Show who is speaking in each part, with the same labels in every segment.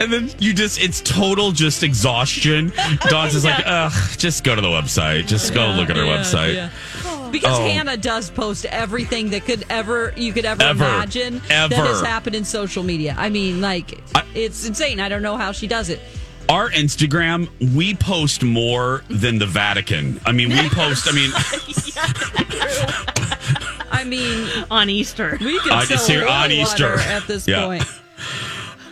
Speaker 1: and then you just it's total just exhaustion. Don's just like, ugh, just go to the website. Just go look at our website.
Speaker 2: Because
Speaker 1: Oh.
Speaker 2: Hannah does post everything that could ever you could ever,
Speaker 1: Ever.
Speaker 2: imagine that
Speaker 1: Ever.
Speaker 2: has happened in social media. I mean, like it's insane. I don't know how she does it.
Speaker 1: Our Instagram, we post more than the Vatican. I mean, we post. I mean,
Speaker 2: I mean,
Speaker 3: On Easter.
Speaker 2: we can
Speaker 1: I
Speaker 2: sell
Speaker 1: just hear
Speaker 2: oil
Speaker 1: on
Speaker 2: water
Speaker 1: Easter.
Speaker 2: at this
Speaker 1: Yeah.
Speaker 2: point.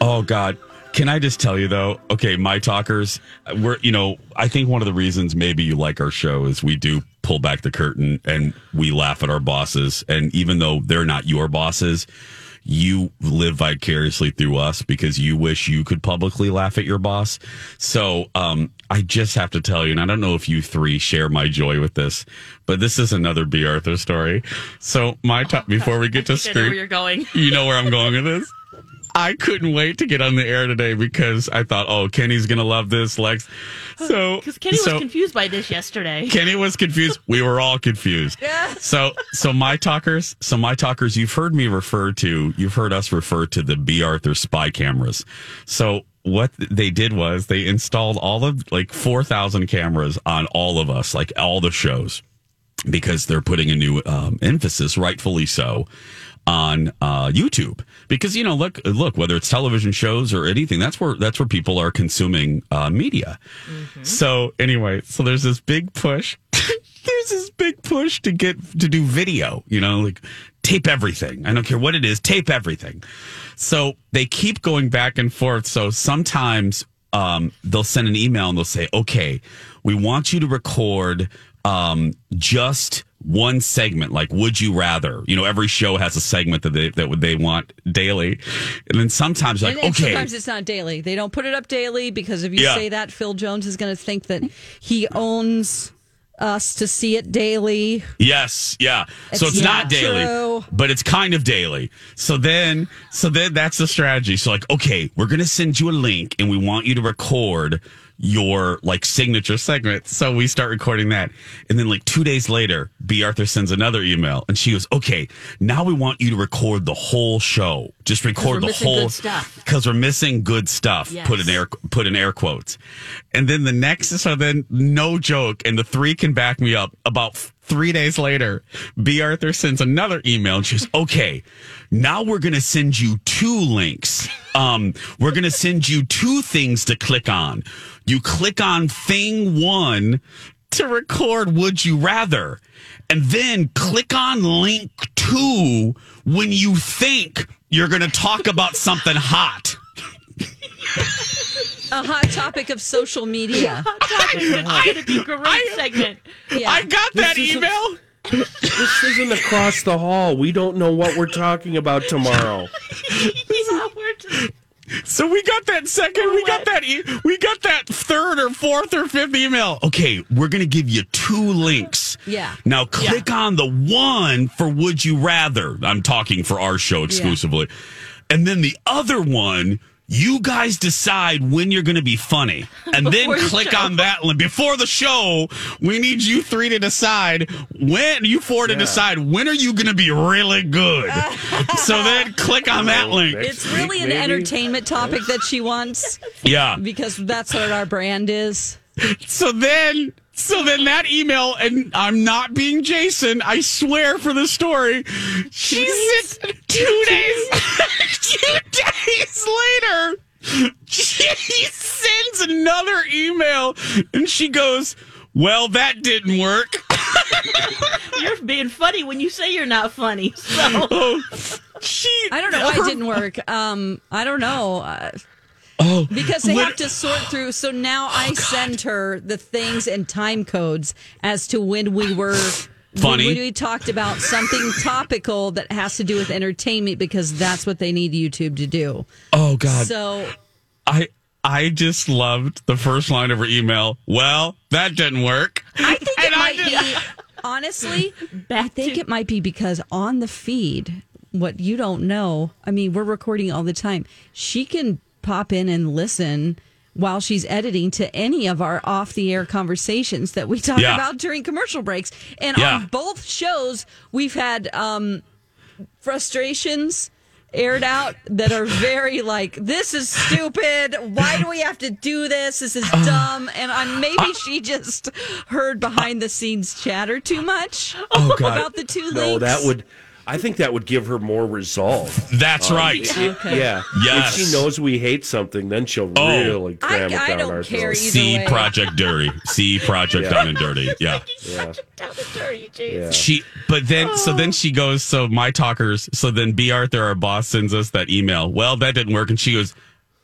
Speaker 1: oh God. Can I just tell you though? Okay, my talkers, we're you know, I think one of the reasons maybe you like our show is we do pull back the curtain and we laugh at our bosses, and even though they're not your bosses. You live vicariously through us because you wish you could publicly laugh at your boss. So um,
Speaker 4: I just have to tell you, and I don't know if you three share my joy with this, but this is another B. Arthur story. So my top before we get to
Speaker 3: I know where
Speaker 4: Scream,
Speaker 3: you're going.
Speaker 4: you know where I'm going with this. I couldn't wait to get on the air today because I thought, oh, Kenny's gonna love this, Lex. So
Speaker 3: Because Kenny
Speaker 4: so-
Speaker 3: was confused by this yesterday.
Speaker 4: Kenny was confused. We were all confused. So, so my talkers, so my talkers, you've heard me refer to, you've heard us refer to the B. Arthur spy cameras. So what they did was they installed all of like 4,000 cameras on all of us, like all the shows because they're putting a new um, emphasis, rightfully so, on uh, YouTube. Because you know, look, look, whether it's television shows or anything, that's where that's where people are consuming uh, media. So anyway, so there's this big push. there's this big push to get to do video. You know, like tape everything. I don't care what it is, tape everything. So they keep going back and forth. So sometimes um, they'll send an email and they'll say, okay, we want you to record um, just one segment, like would you rather? You know, every show has a segment that they, that they want daily. And then sometimes, like,
Speaker 2: and, and
Speaker 4: okay.
Speaker 2: sometimes it's not daily. They don't put it up daily because if you
Speaker 4: Yeah.
Speaker 2: say that, Phil Jones is going to think that he owns us to see it daily.
Speaker 4: Yes, yeah. so
Speaker 2: It's
Speaker 4: it's not
Speaker 2: not
Speaker 4: daily,
Speaker 2: true.
Speaker 4: but it's kind of daily. So then, so then that's the strategy. So like, okay, we're gonna send you a link, and we want you to record your like signature segment. So we start recording that, and then like two days later, B. Arthur sends another email, and she goes, "Okay, now we want you to record the whole show. Just record the
Speaker 3: missing good
Speaker 4: whole
Speaker 3: stuff.
Speaker 4: because we're missing good stuff.
Speaker 3: Yes.
Speaker 4: Put in air put in air quotes, and then the next so then no joke, and the three can back me up. About f- three days later, B. Arthur sends another email, and she's okay. Now we're gonna send you two links. Um, we're gonna send you two things to click on. You click on thing one to record Would You Rather, and then click on link two when you think you're going to talk about something hot.
Speaker 2: A hot topic of social media.
Speaker 3: Hot topic. It's going to be a great segment.
Speaker 2: Yeah.
Speaker 4: I got that
Speaker 1: This is a-
Speaker 4: email.
Speaker 1: This isn't across the hall. We don't know what we're talking about tomorrow.
Speaker 3: yeah, we're just,
Speaker 4: So we got that second, we got that e- we got that third or fourth or fifth email. Okay, we're going to give you two links.
Speaker 2: Yeah.
Speaker 4: Now click on the one for would you rather. I'm talking for our show exclusively. And then the other one you guys decide when you're going to be funny and then
Speaker 3: Before the
Speaker 4: click
Speaker 3: show.
Speaker 4: on that one before the show we need you three to decide when you four to decide when are you going to be really good so then click on that link
Speaker 1: Next
Speaker 2: It's really
Speaker 1: week,
Speaker 2: an
Speaker 1: maybe?
Speaker 2: entertainment topic that she wants
Speaker 4: yeah
Speaker 2: because that's what our brand is.
Speaker 4: So then, so then that email, and I'm not being Jason. I swear for the story. She sent two days, two days later. She sends another email, and she goes, "Well, that didn't work."
Speaker 3: you're being funny when you say you're not funny. So
Speaker 4: Oh, She,
Speaker 2: I don't know why it didn't work. Um, I don't know. Uh, oh, because they
Speaker 4: lit-
Speaker 2: have to sort through. So
Speaker 4: Oh,
Speaker 2: now I send her the things and time codes as to when we were
Speaker 4: Funny.
Speaker 2: When we talked about something topical that has to do with entertainment because that's what they need YouTube to do.
Speaker 4: Oh God,
Speaker 2: So
Speaker 4: I. I just loved the first line of her email. Well, that didn't work.
Speaker 2: I think
Speaker 4: And
Speaker 2: it
Speaker 4: I
Speaker 2: might
Speaker 4: did-
Speaker 2: be. Honestly, I think it might be because on the feed, what you don't know. I mean, we're recording all the time. She can pop in and listen while she's editing to any of our off the air conversations that we talk
Speaker 4: Yeah.
Speaker 2: about during commercial breaks. And
Speaker 4: Yeah.
Speaker 2: on both shows, we've had um, frustrations aired out that are very like this is stupid why do we have to do this this is
Speaker 1: Uh,
Speaker 2: dumb and i maybe she just heard behind the scenes chatter too much
Speaker 4: Oh, God.
Speaker 2: about the two
Speaker 1: No,
Speaker 2: links
Speaker 1: that would. I think that would give her more resolve.
Speaker 4: That's right.
Speaker 1: It- Oh, Yeah.
Speaker 4: Yes.
Speaker 1: If she knows we hate something, then she'll
Speaker 4: Oh.
Speaker 1: really cram
Speaker 2: I-
Speaker 1: it
Speaker 2: I
Speaker 1: down
Speaker 2: don't
Speaker 1: our
Speaker 2: care
Speaker 1: throats.
Speaker 2: either
Speaker 4: C
Speaker 2: way.
Speaker 4: Project Dirty. C Project
Speaker 1: Yeah.
Speaker 4: Down and Dirty. Yeah.
Speaker 3: such a down and dirty, Jason.
Speaker 4: She, but then, so then
Speaker 2: Oh.
Speaker 4: she goes, so my talkers, so then B. Arthur, our boss, sends us that email. Well, that didn't work. And she goes,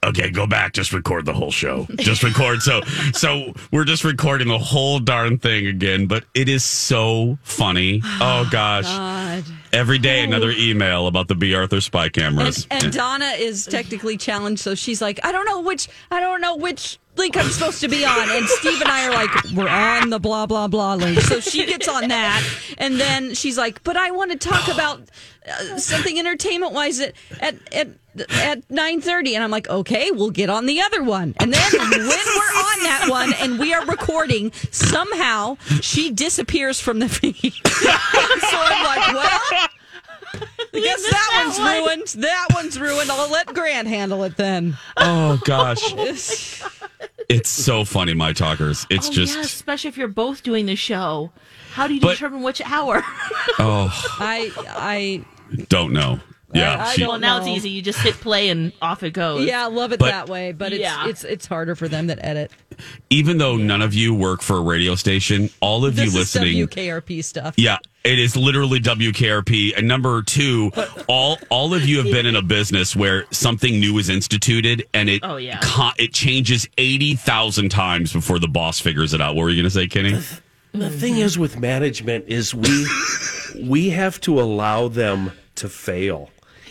Speaker 4: okay, go back, just record the whole show. Just record. so, so we're just recording the whole darn thing again, but it is so funny. Oh gosh.
Speaker 2: God. Oh.
Speaker 4: Every day, another email about the B. Arthur spy cameras.
Speaker 2: And, and Donna is technically challenged, so she's like, I don't know which, I don't know which link I'm supposed to be on. And Steve and I are like, we're on the blah, blah, blah link. So she gets on that. And then she's like, but I want to talk about uh, something entertainment wise at, at, at, at 9.30 and i'm like okay we'll get on the other one and then when we're on that one and we are recording somehow she disappears from the feed so i'm like well I guess that, one's ruined. That one's ruined. I'll let Grant handle it then.
Speaker 4: Oh gosh, it's so funny, my talkers. It's
Speaker 3: Oh,
Speaker 4: just
Speaker 3: yeah, especially if you're both doing the show. How do you
Speaker 4: But-
Speaker 3: determine which hour?
Speaker 4: oh,
Speaker 2: I, I,
Speaker 4: don't know.
Speaker 2: I-
Speaker 4: Yeah,
Speaker 2: I
Speaker 4: she-
Speaker 2: don't
Speaker 3: well, now it's
Speaker 2: No.
Speaker 3: easy. You just hit play and off it goes.
Speaker 2: yeah, I love it
Speaker 4: But-
Speaker 2: that way. But it's
Speaker 3: Yeah.
Speaker 2: it's it's harder for them that edit.
Speaker 4: even though none of you work for a radio station, all of
Speaker 2: This
Speaker 4: you
Speaker 2: is
Speaker 4: listening,
Speaker 2: WKRP stuff.
Speaker 4: yeah, it is literally WKRP. And number two, all all of you have been in a business where something new is instituted, and it
Speaker 3: Oh, yeah.
Speaker 4: co- it changes eighty thousand times before the boss figures it out. What were you going to say, Kenny?
Speaker 1: The thing is with management is we we have to allow them to fail.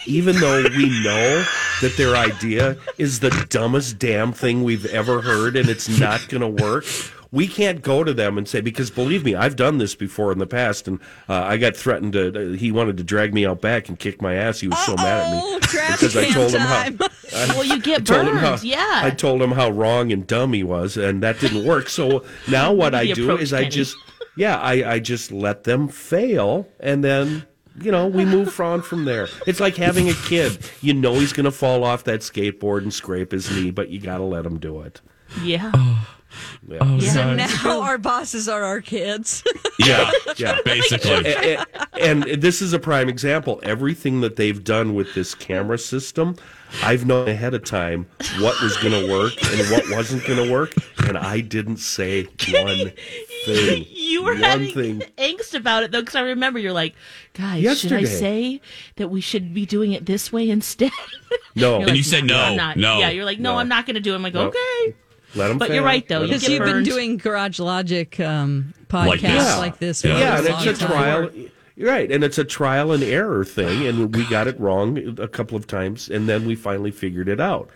Speaker 1: Even though we know that their idea is the dumbest damn thing we've ever heard and it's not going to work, we can't go to them and say because believe me, I've done this before in the past and uh, I got threatened to uh, he wanted to drag me out back and kick my ass. He was so mad at me
Speaker 2: Uh-oh, trash
Speaker 1: because I
Speaker 2: can
Speaker 1: told him
Speaker 2: time.
Speaker 1: how
Speaker 3: Well, you get
Speaker 1: told
Speaker 3: burned.
Speaker 1: him how
Speaker 3: yeah.
Speaker 1: I told him how wrong and dumb he was, and that didn't work. So now what I
Speaker 3: The
Speaker 1: do
Speaker 3: approach,
Speaker 1: is I
Speaker 3: Kenny.
Speaker 1: just yeah I I just let them fail, and then you know we move on from there. It's like having a kid. You know he's gonna fall off that skateboard and scrape his knee, but you gotta let him do it.
Speaker 3: yeah.
Speaker 4: Oh.
Speaker 1: Yeah.
Speaker 3: Yeah.
Speaker 2: So now our bosses are our kids.
Speaker 4: Yeah,
Speaker 1: yeah.
Speaker 4: basically.
Speaker 1: A- a- and this is a prime example. Everything that they've done with this camera system, I've known ahead of time what was going to work and what wasn't going to work, and I didn't say one thing.
Speaker 3: You were
Speaker 1: one
Speaker 3: having
Speaker 1: thing.
Speaker 3: angst about it though, because I remember you're like, guys, should I
Speaker 1: Yesterday.
Speaker 3: say that we should be doing it this way instead?
Speaker 1: No,
Speaker 3: You're like,
Speaker 4: you said, "No,
Speaker 3: I'm not."
Speaker 4: no,
Speaker 3: Yeah, you're like, no,
Speaker 1: no.
Speaker 3: I'm not going to do it. I'm like,
Speaker 1: No.
Speaker 3: okay.
Speaker 1: let them.
Speaker 3: But you're right, though. You
Speaker 2: Because
Speaker 3: get
Speaker 2: you've been
Speaker 3: burned.
Speaker 2: doing Garage Logic um, podcasts
Speaker 4: Like
Speaker 2: like
Speaker 4: this.
Speaker 2: this,
Speaker 1: Yeah.
Speaker 2: for
Speaker 4: Yeah.
Speaker 1: yeah,
Speaker 2: a
Speaker 1: and
Speaker 2: long
Speaker 1: it's a
Speaker 2: time.
Speaker 1: trial. You're Right, and it's a trial and error thing, and we got it wrong a couple of times, and then we finally figured it out.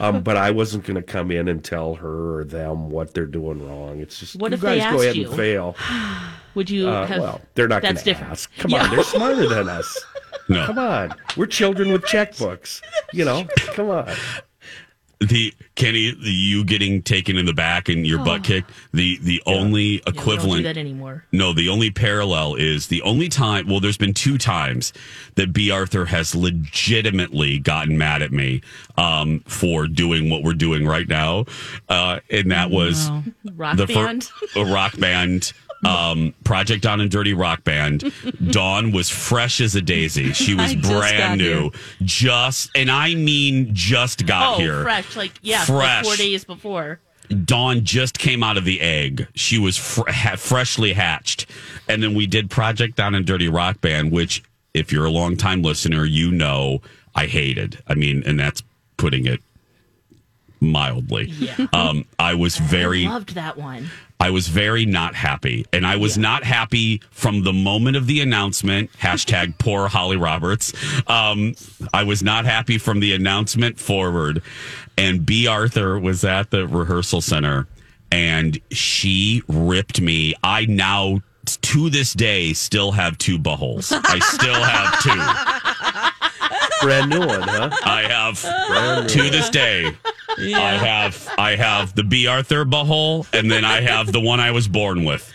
Speaker 1: Um, but I wasn't going to come in and tell her or them what they're doing wrong. It's just
Speaker 3: What
Speaker 1: you
Speaker 3: if they
Speaker 1: guys go
Speaker 3: asked
Speaker 1: ahead
Speaker 3: you?
Speaker 1: and fail.
Speaker 3: Would you
Speaker 1: Uh,
Speaker 3: have?
Speaker 1: well, they're not going
Speaker 3: That's
Speaker 1: to
Speaker 3: different.
Speaker 1: ask. Come
Speaker 3: Yeah.
Speaker 1: on, they're smarter than us.
Speaker 4: No.
Speaker 1: Come on, we're children with checkbooks. You know, come on.
Speaker 4: the Kenny, the, you getting taken in the back and your butt kicked. The the only
Speaker 3: Oh. Yeah, we don't do
Speaker 4: equivalent.
Speaker 3: that anymore.
Speaker 4: no, the only parallel is the only time. Well, there's been two times that B. Arthur has legitimately gotten mad at me um, for doing what we're doing right now, uh, and that was
Speaker 3: Rock
Speaker 4: the fir-
Speaker 3: band.
Speaker 4: a rock band um project on and dirty rock band dawn was fresh as a daisy she was
Speaker 2: I just got
Speaker 4: brand new
Speaker 2: here.
Speaker 4: just and i mean just got
Speaker 3: oh,
Speaker 4: here
Speaker 3: fresh. Like yeah, Like
Speaker 4: Fresh.
Speaker 3: four days before.
Speaker 4: Dawn just came out of the egg. She was fr- ha- freshly hatched. And then we did Project Down and Dirty Rock Band, which, if you're a longtime listener, you know I hated. I mean, and that's putting it mildly. Um, I was very, I,
Speaker 3: Loved that one.
Speaker 4: was very not happy. And I was not happy from the moment of the announcement. Hashtag poor Holly Roberts. Um, I was not happy from the announcement forward. And B. Arthur was at the rehearsal center and she ripped me. I now, to this day, still have two buttholes. I still have two.
Speaker 1: Brand new one, huh?
Speaker 4: I have, to this day, I have I have the B. Arthur butthole, and then I have the one I was born with.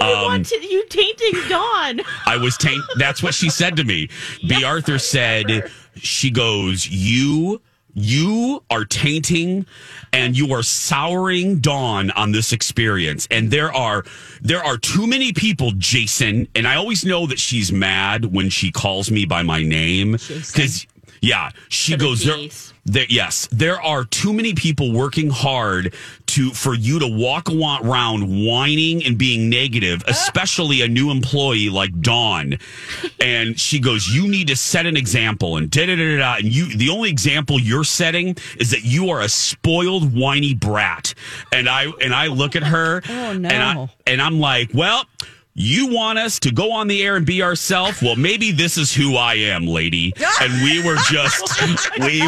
Speaker 3: You
Speaker 4: um,
Speaker 3: want to, you tainting Dawn.
Speaker 4: I was taint. That's what she said to me. B. Arthur said, she goes, you, you are tainting and you are souring Dawn on this experience. And there are, there are too many people, Jason. And I always know that she's mad when she calls me by my name. Cause yeah, she
Speaker 3: the
Speaker 4: goes, there,
Speaker 3: Gs.
Speaker 4: there, yes, there are too many people working hard to for you to walk wa- around whining and being negative,
Speaker 2: Ah.
Speaker 4: especially a new employee like Dawn. And she goes, "You need to set an example." And da da da da. da. And you, the only example you're setting is that you are a spoiled, whiny brat. And I and I look at her,
Speaker 2: Oh,
Speaker 4: and
Speaker 2: no.
Speaker 4: I and I'm like, well. You want us to go on the air and be ourselves? Well, maybe this is who I am, lady. And we were just we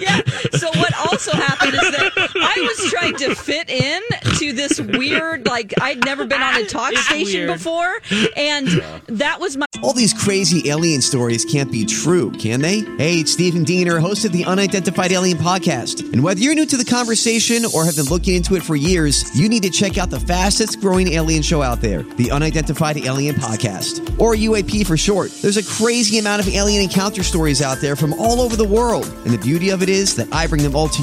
Speaker 2: Yeah. So what also also happened is that I was trying to fit in to this weird, like I'd never been on a talk station
Speaker 3: weird.
Speaker 2: before, and that was my
Speaker 5: All these crazy alien stories can't be true, can they? Hey, it's Stephen Diener, host of the Unidentified Alien Podcast. And whether you're new to the conversation or have been looking into it for years, you need to check out the fastest growing alien show out there, the Unidentified Alien Podcast, or UAP for short. There's a crazy amount of alien encounter stories out there from all over the world. And the beauty of it is that I bring them all to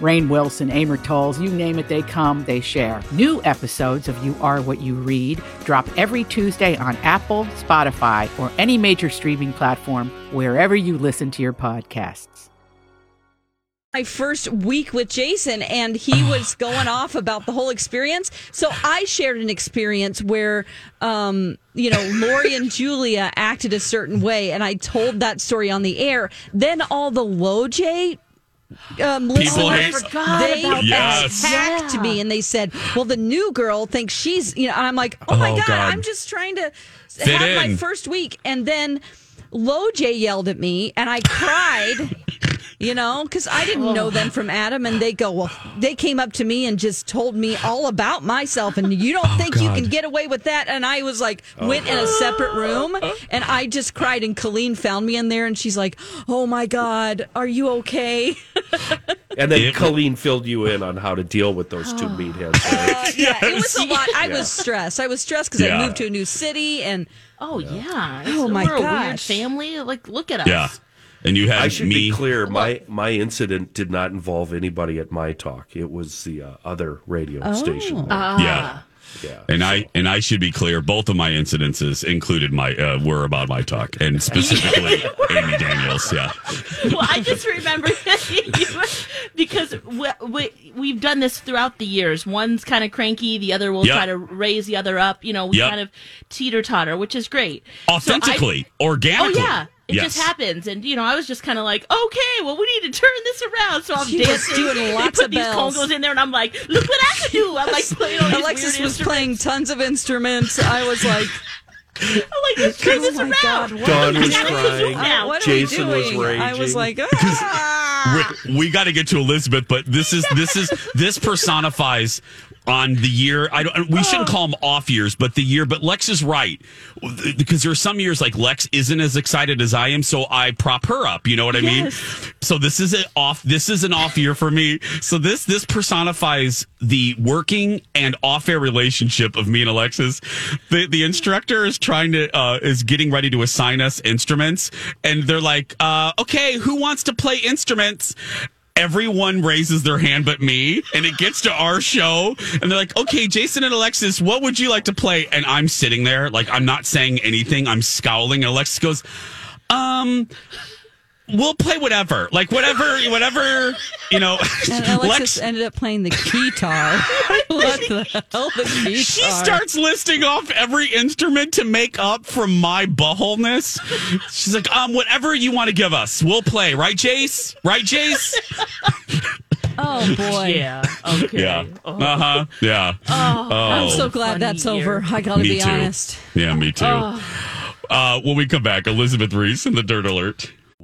Speaker 6: Rain Wilson, Amor Tolls, you name it, they come, they share. New episodes of You Are What You Read drop every Tuesday on Apple, Spotify, or any major streaming platform wherever you listen to your podcasts.
Speaker 2: my first week with Jason and he was going off about the whole experience. So I shared an experience where, um, you know, Lori and Julia acted a certain way and I told that story on the air. Then all the low J. Um, listeners,
Speaker 4: hate-
Speaker 3: forgot
Speaker 2: they
Speaker 3: about
Speaker 4: Yes.
Speaker 3: that.
Speaker 2: attacked
Speaker 3: Yeah.
Speaker 2: me and they said, "Well, the new girl thinks she's you know." And I'm like, "Oh my
Speaker 4: Oh,
Speaker 2: god,
Speaker 4: God.
Speaker 2: I'm just trying to
Speaker 4: Fit
Speaker 2: have my
Speaker 4: in.
Speaker 2: first week." And then Loj yelled at me, and I cried. You know, because I didn't know
Speaker 3: Oh.
Speaker 2: them from Adam, and they go, well, they came up to me and just told me all about myself, and you
Speaker 1: Oh,
Speaker 2: don't think you
Speaker 4: God.
Speaker 2: can get away with that? And I was like, went in a separate room, and I just cried, and Colleen found me in there, and she's like, oh my God, are you okay?
Speaker 1: And then
Speaker 4: It-
Speaker 1: Colleen filled you in on how to deal with those two meatheads. Right?
Speaker 2: yeah, it was a lot. I was stressed. I was stressed because
Speaker 4: Yeah.
Speaker 2: I moved to a new city, and
Speaker 3: Oh yeah.
Speaker 2: Oh, my
Speaker 3: We're a weird
Speaker 2: gosh.
Speaker 3: family. Like, look at us.
Speaker 4: Yeah. And you had
Speaker 1: I should
Speaker 4: me.
Speaker 1: be clear. My my incident did not involve anybody at my talk. It was the uh, other radio
Speaker 3: Oh.
Speaker 1: station.
Speaker 3: Uh,
Speaker 1: there.
Speaker 3: Ah.
Speaker 4: Yeah. And I and I should be clear. Both of my incidences included my uh, were about my talk, and specifically Amy Daniels. Yeah,
Speaker 3: well, I just remember that you- because we, we, we've done this throughout the years. One's kind of cranky, the other will
Speaker 4: Yep.
Speaker 3: try to raise the other up. You know, we
Speaker 4: Yep.
Speaker 3: kind of teeter totter, which is great. So I-
Speaker 4: authentically,
Speaker 3: Oh
Speaker 4: organically.
Speaker 3: yeah, it
Speaker 4: yes.
Speaker 3: just happens, and you know, I was just kind of like, okay, well, we need to turn this around. So I'm
Speaker 2: She was
Speaker 3: dancing,
Speaker 2: doing
Speaker 3: They
Speaker 2: lots
Speaker 3: put
Speaker 2: of
Speaker 3: these
Speaker 2: bells.
Speaker 3: congos in there, and I'm like, look what I could do. I'm like playing all these
Speaker 2: Alexis
Speaker 3: weird
Speaker 2: was
Speaker 3: instruments.
Speaker 2: playing tons of instruments. I was like,
Speaker 3: I'm like, let's turn this
Speaker 2: Oh my
Speaker 3: around.
Speaker 2: God, what
Speaker 1: Dawn
Speaker 3: Look
Speaker 1: was
Speaker 3: at what we do
Speaker 1: crying.
Speaker 3: now.
Speaker 2: "Uh, what
Speaker 1: Jason
Speaker 2: are we
Speaker 1: was
Speaker 2: doing? I was
Speaker 1: raging.
Speaker 2: like, ah.
Speaker 4: we, got to get to Elizabeth, but this is this is this personifies on the year. I don't. We shouldn't call them off years, but the year. But Lex is right because there are some years like Lex isn't as excited as I am, so I prop her up. You know what I mean? So this is an off. This is an off year for me. So this this personifies the working and off air relationship of me and Alexis. The the instructor is trying to uh, is getting ready to assign us instruments, and they're like, uh, "Okay, who wants to play instruments?" Everyone raises their hand but me, and it gets to our show, and they're like, "Okay, Jason and Alexis, what would you like to play?" And I'm sitting there, like I'm not saying anything. I'm scowling. And Alexis goes, "Um, we'll play whatever, like whatever, whatever, you know."
Speaker 2: And
Speaker 4: Lex-
Speaker 2: Alexis ended up playing the guitar. what the hell, the guitar?
Speaker 4: She starts listing off every instrument to make up from my buttholeness. She's like, um, whatever you want to give us, we'll play, right, Jace? Right, Jace?
Speaker 2: Oh boy,
Speaker 3: Yeah. Okay. Oh.
Speaker 4: Yeah. Uh huh. Yeah.
Speaker 3: Uh,
Speaker 2: Oh, I'm so glad that's
Speaker 3: Funny year.
Speaker 2: over. I gotta
Speaker 4: me
Speaker 2: be
Speaker 4: too.
Speaker 2: honest.
Speaker 4: Yeah, me too. Uh, when we come back, Elizabeth Reese and the Dirt Alert.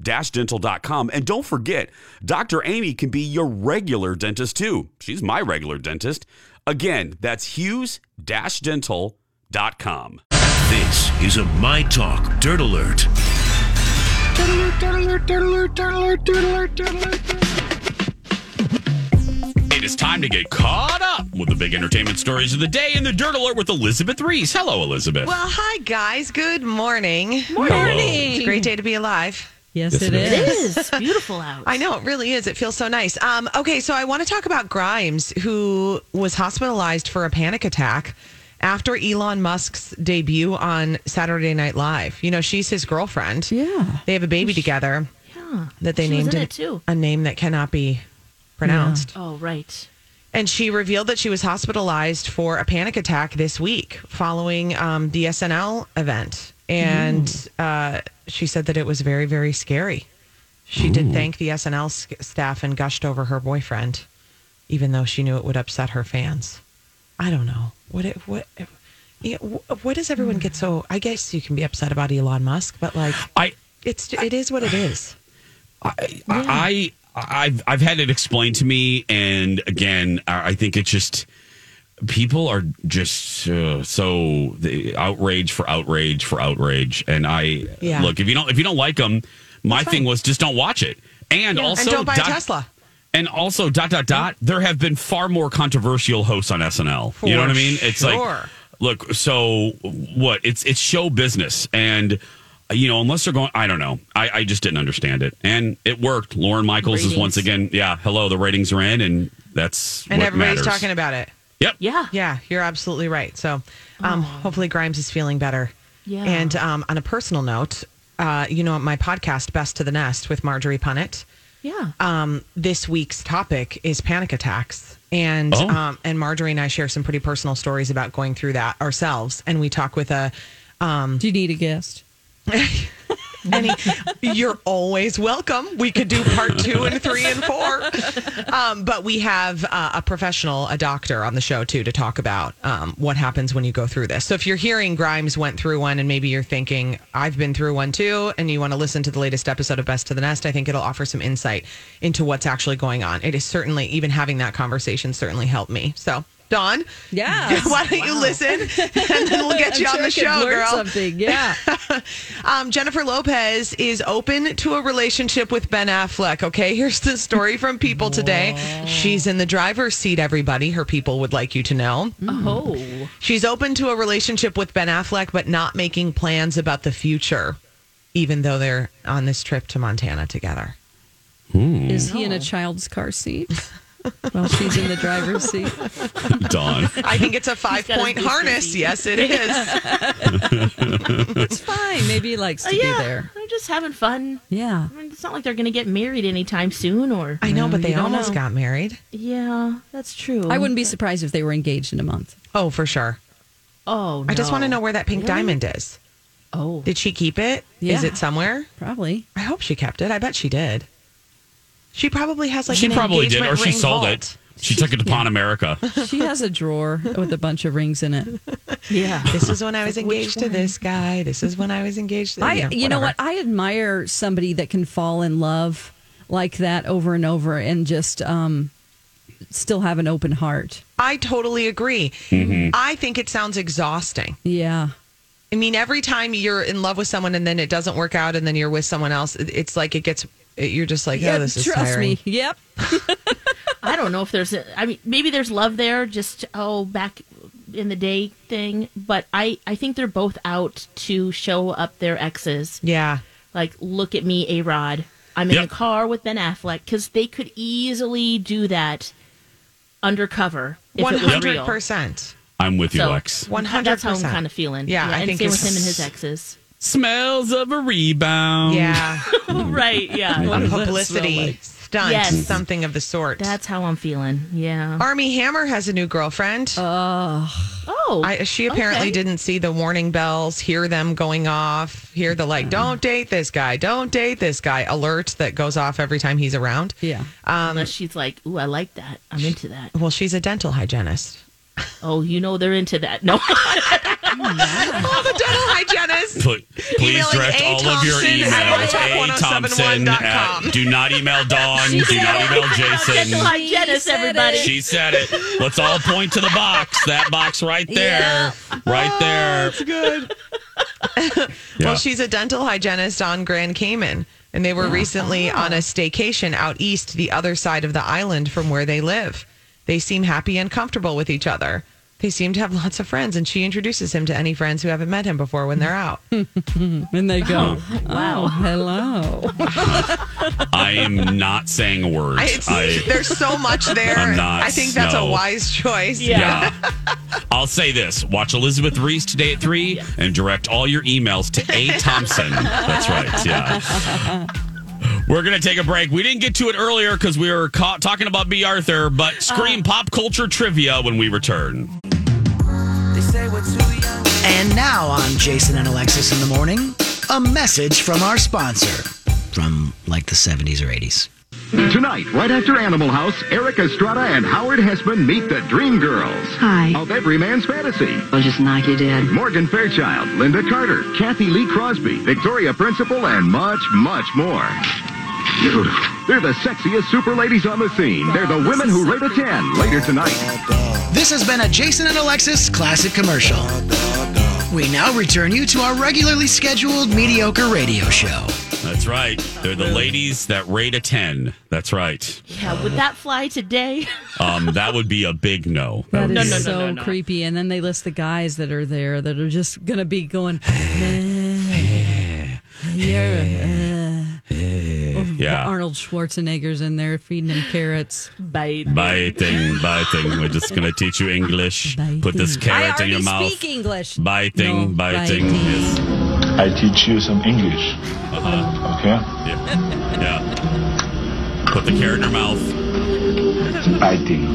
Speaker 7: dental.com. And don't forget, Dr. Amy can be your regular dentist too. She's my regular dentist. Again, that's Hughes dental.com.
Speaker 8: This is a My Talk Dirt Alert.
Speaker 4: It is time to get caught up with the big entertainment stories of the day in the Dirt Alert with Elizabeth Reese. Hello, Elizabeth.
Speaker 9: Well, hi guys. Good morning.
Speaker 2: Morning.
Speaker 9: It's a great day to be alive.
Speaker 2: Yes, it is.
Speaker 3: It is beautiful out.
Speaker 9: I know it really is. It feels so nice. Um, okay, so I want to talk about Grimes, who was hospitalized for a panic attack after Elon Musk's debut on Saturday Night Live. You know, she's his girlfriend.
Speaker 2: Yeah.
Speaker 9: They have a baby together. Yeah. That they
Speaker 3: She was
Speaker 9: named
Speaker 3: in
Speaker 9: an-
Speaker 3: it, too.
Speaker 9: a name that cannot be pronounced.
Speaker 3: Oh, right.
Speaker 9: And she revealed that she was hospitalized for a panic attack this week following um, the SNL event. And uh, she said that it was very, very scary. She did thank the SNL s- staff and gushed over her boyfriend, even though she knew it would upset her fans. I don't know. What, it- what, yeah, wh- what does everyone get so? I guess you can be upset about Elon Musk, but like,
Speaker 4: I
Speaker 9: it's, it is what it is.
Speaker 4: I, I I've I've had it explained to me, and again, I I think it's just people are just uh, so the outrage for outrage for outrage, and I
Speaker 9: Yeah.
Speaker 4: look if you don't if you don't like them, my thing was just don't watch it, and also
Speaker 9: and don't buy a
Speaker 4: dot-
Speaker 9: Tesla.
Speaker 4: And also, dot dot dot. There have been far more controversial hosts on SNL. you
Speaker 9: For
Speaker 4: know what I mean? It's
Speaker 9: sure.
Speaker 4: like, look, so what? It's it's show business, and you know, unless they're going, I don't know. I, I just didn't understand it, and it worked. Lauren Michaels is once again, yeah. Hello, the ratings are in, and that's
Speaker 9: And
Speaker 4: what
Speaker 9: everybody's
Speaker 4: matters.
Speaker 9: talking about it.
Speaker 4: Yep.
Speaker 3: Yeah.
Speaker 9: Yeah, you're absolutely right. So, um, hopefully Grimes is feeling better.
Speaker 3: Yeah.
Speaker 9: And um, on a personal note, uh, you know, my podcast, Best to the Nest with Marjorie Punnett,
Speaker 3: Yeah.
Speaker 9: um, this week's topic is panic attacks. And
Speaker 4: Oh.
Speaker 9: um, and Marjorie and I share some pretty personal stories about going through that ourselves. And we talk with a
Speaker 2: Do you need a guest?
Speaker 9: any you're always welcome we could do part two and three and four um, but we have uh, a professional a doctor on the show too to talk about um, what happens when you go through this so if you're hearing grimes went through one and maybe you're thinking i've been through one too and you want to listen to the latest episode of best to the nest i think it'll offer some insight into what's actually going on it is certainly even having that conversation certainly helped me so Dawn,
Speaker 2: Yes.
Speaker 9: why don't you listen and then we'll get
Speaker 2: I'm
Speaker 9: you on
Speaker 2: sure I
Speaker 9: the
Speaker 2: could
Speaker 9: show,
Speaker 2: learn
Speaker 9: girl.
Speaker 2: Something. Yeah.
Speaker 9: Um, Jennifer Lopez is open to a relationship with Ben Affleck. Okay, here's the story from People today. She's in the driver's seat, everybody. Her people would like you to know.
Speaker 2: Mm.
Speaker 3: Oh.
Speaker 9: She's open to a relationship with Ben Affleck, but not making plans about the future, even though they're on this trip to Montana together.
Speaker 3: Mm-hmm.
Speaker 2: Is he in a child's car seat? Well, she's in the driver's seat.
Speaker 4: Dawn.
Speaker 9: I think it's a five
Speaker 3: got his
Speaker 9: point
Speaker 3: new
Speaker 9: harness.
Speaker 3: fifty.
Speaker 9: Yes, it is.
Speaker 2: It's fine. Maybe he likes to
Speaker 3: Uh, yeah.
Speaker 2: be there.
Speaker 3: They're just having fun.
Speaker 2: Yeah.
Speaker 3: I mean, it's not like they're going to get married anytime soon or.
Speaker 9: I know,
Speaker 2: Well,
Speaker 9: but
Speaker 2: you
Speaker 9: they
Speaker 2: don't
Speaker 9: almost
Speaker 2: know.
Speaker 9: got married.
Speaker 3: Yeah, that's true.
Speaker 2: I wouldn't be surprised if they were engaged in a month.
Speaker 9: Oh, for sure.
Speaker 3: Oh,
Speaker 9: I just
Speaker 3: no.
Speaker 9: want to know where that pink diamond is.
Speaker 3: Oh.
Speaker 9: Did she keep it?
Speaker 2: Yeah.
Speaker 9: Is it somewhere?
Speaker 2: Probably.
Speaker 9: I hope she kept it. I bet she did. She probably has like
Speaker 4: she
Speaker 9: an
Speaker 4: probably did,
Speaker 9: engagement
Speaker 4: or she
Speaker 9: ring
Speaker 4: sold
Speaker 9: vault.
Speaker 4: it. She took it to Pawn America.
Speaker 2: She has a drawer with a bunch of rings in it.
Speaker 3: Yeah.
Speaker 9: This is when I was engaged to this guy. This is when I was engaged. To,
Speaker 2: I, you know what?
Speaker 9: whatever.
Speaker 2: I admire somebody that can fall in love like that over and over and just um, still have an open heart.
Speaker 9: I totally agree.
Speaker 4: Mm-hmm.
Speaker 9: I think it sounds exhausting.
Speaker 2: Yeah.
Speaker 9: I mean, every time you're in love with someone and then it doesn't work out, and then you're with someone else, it- it's like it gets It- you're just like,
Speaker 2: Yeah,
Speaker 9: oh, this is
Speaker 2: trust
Speaker 9: tiring.
Speaker 2: me. Yep.
Speaker 3: I don't know if there's. A, I mean, maybe there's love there, just oh, back in the day thing. But I, I think they're both out to show up their exes.
Speaker 9: Yeah.
Speaker 3: Like, look at me, A Rod. I'm in
Speaker 4: Yep.
Speaker 3: the car with Ben Affleck because they could easily do that undercover. If
Speaker 9: One
Speaker 3: it was
Speaker 9: hundred
Speaker 3: real.
Speaker 9: percent.
Speaker 7: I'm with you,
Speaker 3: So,
Speaker 7: Lex.
Speaker 3: That's how I'm
Speaker 9: 100%.
Speaker 3: kind of feeling.
Speaker 9: Yeah, I
Speaker 3: and
Speaker 9: think
Speaker 3: same
Speaker 9: it's-
Speaker 3: with him and his exes.
Speaker 4: Smells of a rebound.
Speaker 9: Yeah,
Speaker 3: right? Yeah,
Speaker 9: a publicity stunt,
Speaker 3: Yes.
Speaker 9: something of the sort.
Speaker 3: that's how I'm feeling. Yeah.
Speaker 9: Army Hammer has a new girlfriend.
Speaker 3: Oh,
Speaker 9: I, she apparently
Speaker 3: okay.
Speaker 9: didn't see the warning bells, hear them going off, hear the like, don't date this guy, don't date this guy alert that goes off every time he's around.
Speaker 2: Yeah.
Speaker 9: um,
Speaker 3: Unless she's like, ooh, I like that. I'm into that.
Speaker 9: Well, she's a dental hygienist.
Speaker 3: Oh, you know they're into that. No.
Speaker 9: Oh, the dental hygienist.
Speaker 4: Put, please
Speaker 9: Emailing
Speaker 4: direct
Speaker 9: A.
Speaker 4: all of your
Speaker 9: Thompson at
Speaker 4: emails. A. Thompson.
Speaker 9: mytalk1071.com.
Speaker 4: At, do not email Dawn. do not email
Speaker 3: dental
Speaker 4: Jason.
Speaker 3: hygienist, everybody.
Speaker 4: She said it. Let's all point to the box. That box right there. Right there.
Speaker 9: Oh, Good.
Speaker 4: Yeah.
Speaker 9: Well, she's a dental hygienist on Grand Cayman, and they were recently on a staycation out east, the other side of the island from where they live. They seem happy and comfortable with each other. They seem to have lots of friends, and she introduces him to any friends who haven't met him before when they're out.
Speaker 2: And they go, wow, hello.
Speaker 4: I am not saying a word.
Speaker 9: I- it's-
Speaker 4: I-
Speaker 9: there's so much there.
Speaker 4: I'm not-
Speaker 9: I think that's
Speaker 4: no.
Speaker 9: a wise choice.
Speaker 4: Yeah. I'll say this. Watch Elizabeth Reese today at 3 and direct all your emails to A. Thompson. That's right. Yeah. We're going to take a break. We didn't get to it earlier because we were caught talking about B. Arthur,
Speaker 9: Uh-huh.
Speaker 4: but scream pop culture trivia when we return.
Speaker 10: And now on Jason and Alexis in the morning, a message from our sponsor from like the 70s or 80s.
Speaker 11: Tonight, right after Animal House, Eric Estrada and Howard Hessman meet the Dream Girls. Hi. Of every man's fantasy. Well, just knock you dead. Morgan Fairchild, Linda Carter, Kathy Lee Crosby, Victoria Principal, and much, much more. Dude, they're the sexiest super ladies on the scene. They're the women who rate a 10 later tonight.
Speaker 10: This has been a Jason and Alexis classic commercial. We now return you to our regularly scheduled mediocre radio show.
Speaker 4: That's right. They're the ladies that rate a 10. That's right.
Speaker 3: yeah, would that fly today?
Speaker 4: Um, that would be a big no.
Speaker 2: That is
Speaker 3: No, no, no,
Speaker 2: so
Speaker 3: no, no.
Speaker 2: creepy. And then they list the guys that are there that are just going to be going, "Meh, you're a, uh."
Speaker 4: Yeah.
Speaker 2: Arnold Schwarzenegger's in there feeding him carrots.
Speaker 3: Bye.
Speaker 4: Biting, biting. We're just going to teach you English. Put this carrot in your mouth.
Speaker 2: speak English.
Speaker 4: Biting,
Speaker 2: No,
Speaker 4: biting.
Speaker 2: biting.
Speaker 4: Yes.
Speaker 11: I teach you some English. Okay?
Speaker 4: Yeah. yeah. Put the carrot in her mouth.
Speaker 11: Biting.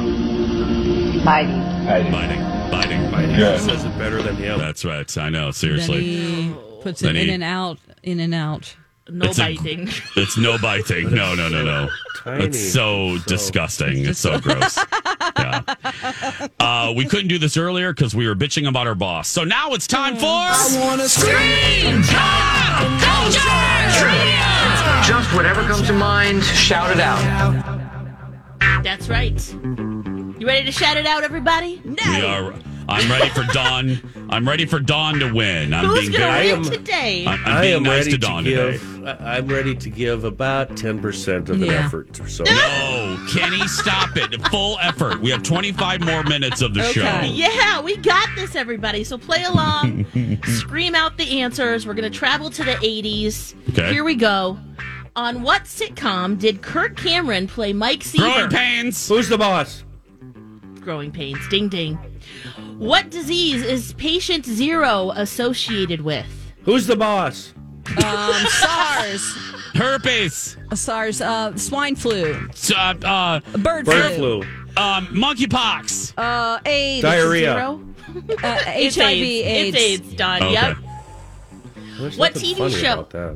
Speaker 11: Biting.
Speaker 4: Biting, biting, biting.
Speaker 1: Says it better than him.
Speaker 4: That's right. I know.
Speaker 2: Then
Speaker 4: Seriously.
Speaker 2: he puts
Speaker 4: Then
Speaker 2: it in
Speaker 4: he-
Speaker 2: and out, in and out.
Speaker 3: No
Speaker 4: It's a-
Speaker 3: biting.
Speaker 4: It's no biting. No, no, no, no.
Speaker 1: Tiny.
Speaker 4: It's so disgusting. It's so gross. Yeah. Uh, we couldn't do this earlier because we were bitching about our boss. So now it's time for.
Speaker 10: Just whatever comes to mind, shout it out.
Speaker 3: That's right. You ready to shout it out, everybody? No.
Speaker 4: We are. I'm ready for Dawn. I'm ready for Dawn to win. I'm
Speaker 3: Who's
Speaker 4: being
Speaker 3: gonna
Speaker 4: very.
Speaker 3: win today?
Speaker 4: I'm, I'm
Speaker 1: I
Speaker 4: being
Speaker 1: am
Speaker 4: nice
Speaker 1: ready
Speaker 4: to
Speaker 1: to,
Speaker 4: Dawn today.
Speaker 1: give. I- I'm ready to give about ten percent of an
Speaker 2: Yeah.
Speaker 1: effort or so.
Speaker 4: No, Oh, Kenny, stop it. Full effort. We have 25 more minutes of the show.
Speaker 3: Yeah, we got this, everybody. So play along, scream out the answers. We're going to travel to the 80s.
Speaker 4: Okay.
Speaker 3: Here we go. On what sitcom did Kirk Cameron play Mike Seaver?
Speaker 4: Growing pains.
Speaker 1: Who's the boss?
Speaker 3: Growing pains. Ding, ding. What disease is patient zero associated with?
Speaker 1: Who's the boss?
Speaker 2: Um, SARS,
Speaker 4: Herpes.
Speaker 2: SARS, uh, swine flu,
Speaker 4: S- Uh,
Speaker 2: bird,
Speaker 1: Bird
Speaker 2: flu,
Speaker 1: flu,
Speaker 4: uh, um, monkeypox.
Speaker 2: Uh, AIDS,
Speaker 1: diarrhea.
Speaker 3: Zero?
Speaker 2: uh,
Speaker 3: It's
Speaker 2: HIV, AIDS.
Speaker 3: It's AIDS, Don.
Speaker 4: Okay.
Speaker 3: Yep.
Speaker 1: There's
Speaker 3: What
Speaker 1: nothing
Speaker 3: TV
Speaker 1: funny
Speaker 3: show?
Speaker 1: about that.